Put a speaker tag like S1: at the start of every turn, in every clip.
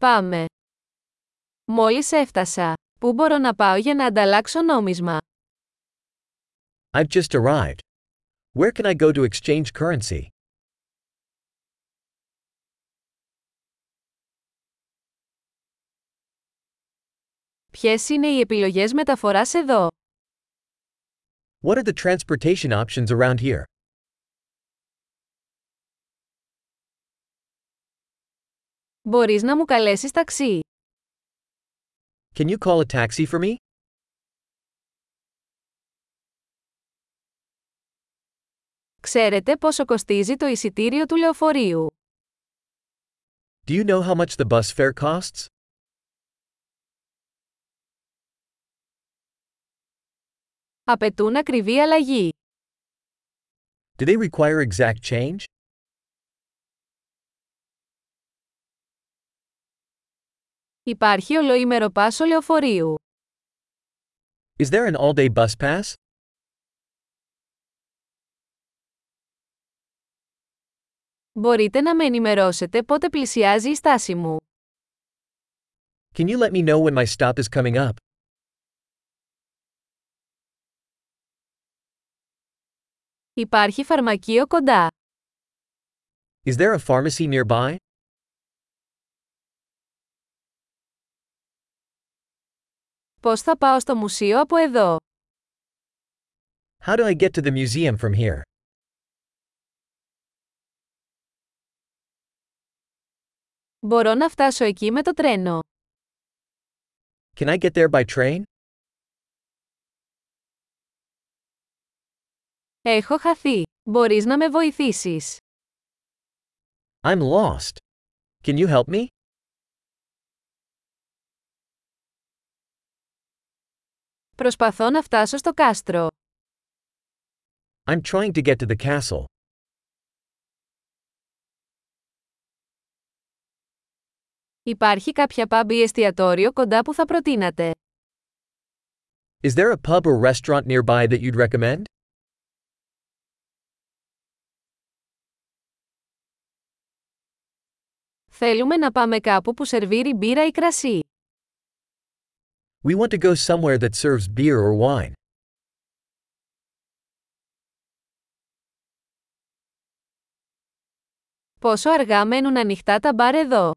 S1: Πάμε. Μόλις έφτασα. Πού μπορώ να πάω για να ανταλλάξω νόμισμα.
S2: I've just arrived. Where can I go to exchange currency?
S1: Ποιες είναι οι επιλογές μεταφοράς εδώ.
S2: What are the transportation options around here?
S1: Μπορείς να μου καλέσεις ταξί.
S2: Can you call a taxi for me?
S1: Ξέρετε πόσο κοστίζει το εισιτήριο του λεωφορείου.
S2: Do you know how much the bus fare costs?
S1: Απαιτούν ακριβή αλλαγή.
S2: Do they require exact change?
S1: Υπάρχει ολοήμερο πάσο λεωφορείου.
S2: Is there an all day bus pass?
S1: Μπορείτε να με ενημερώσετε πότε πλησιάζει η στάση μου.
S2: Can you let me know when my stop is coming up?
S1: Υπάρχει φαρμακείο κοντά.
S2: Is there a pharmacy nearby?
S1: Πώς θα πάω στο μουσείο από εδώ.
S2: How do I get to the museum from here?
S1: Μπορώ να φτάσω εκεί με το τρένο.
S2: Can I get there by train?
S1: Έχω χαθεί. Μπορείς να με βοηθήσεις.
S2: I'm lost. Can you help me?
S1: Προσπαθώ να φτάσω στο κάστρο.
S2: I'm trying to get to the castle.
S1: Υπάρχει κάποια pub ή εστιατόριο κοντά που θα προτείνατε.
S2: Is there a pub or restaurant nearby that you'd recommend?
S1: Θέλουμε να πάμε κάπου που σερβίρει μπύρα ή κρασί.
S2: We want to go somewhere that serves beer or wine.
S1: Πόσο αργά μένουν ανοιχτά τα μπαρ εδώ.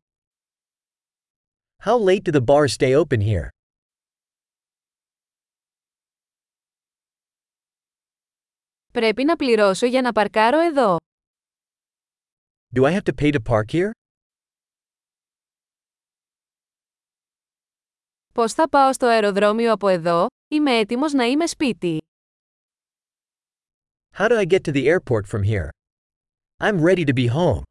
S2: How late do the bars stay open here?
S1: Πρέπει να πληρώσω για να παρκάρω εδώ.
S2: Do I have to pay to park here?
S1: Πώς θα πάω στο αεροδρόμιο από εδώ, είμαι έτοιμος να είμαι σπίτι.
S2: How do I get to the airport from here? I'm ready to be home.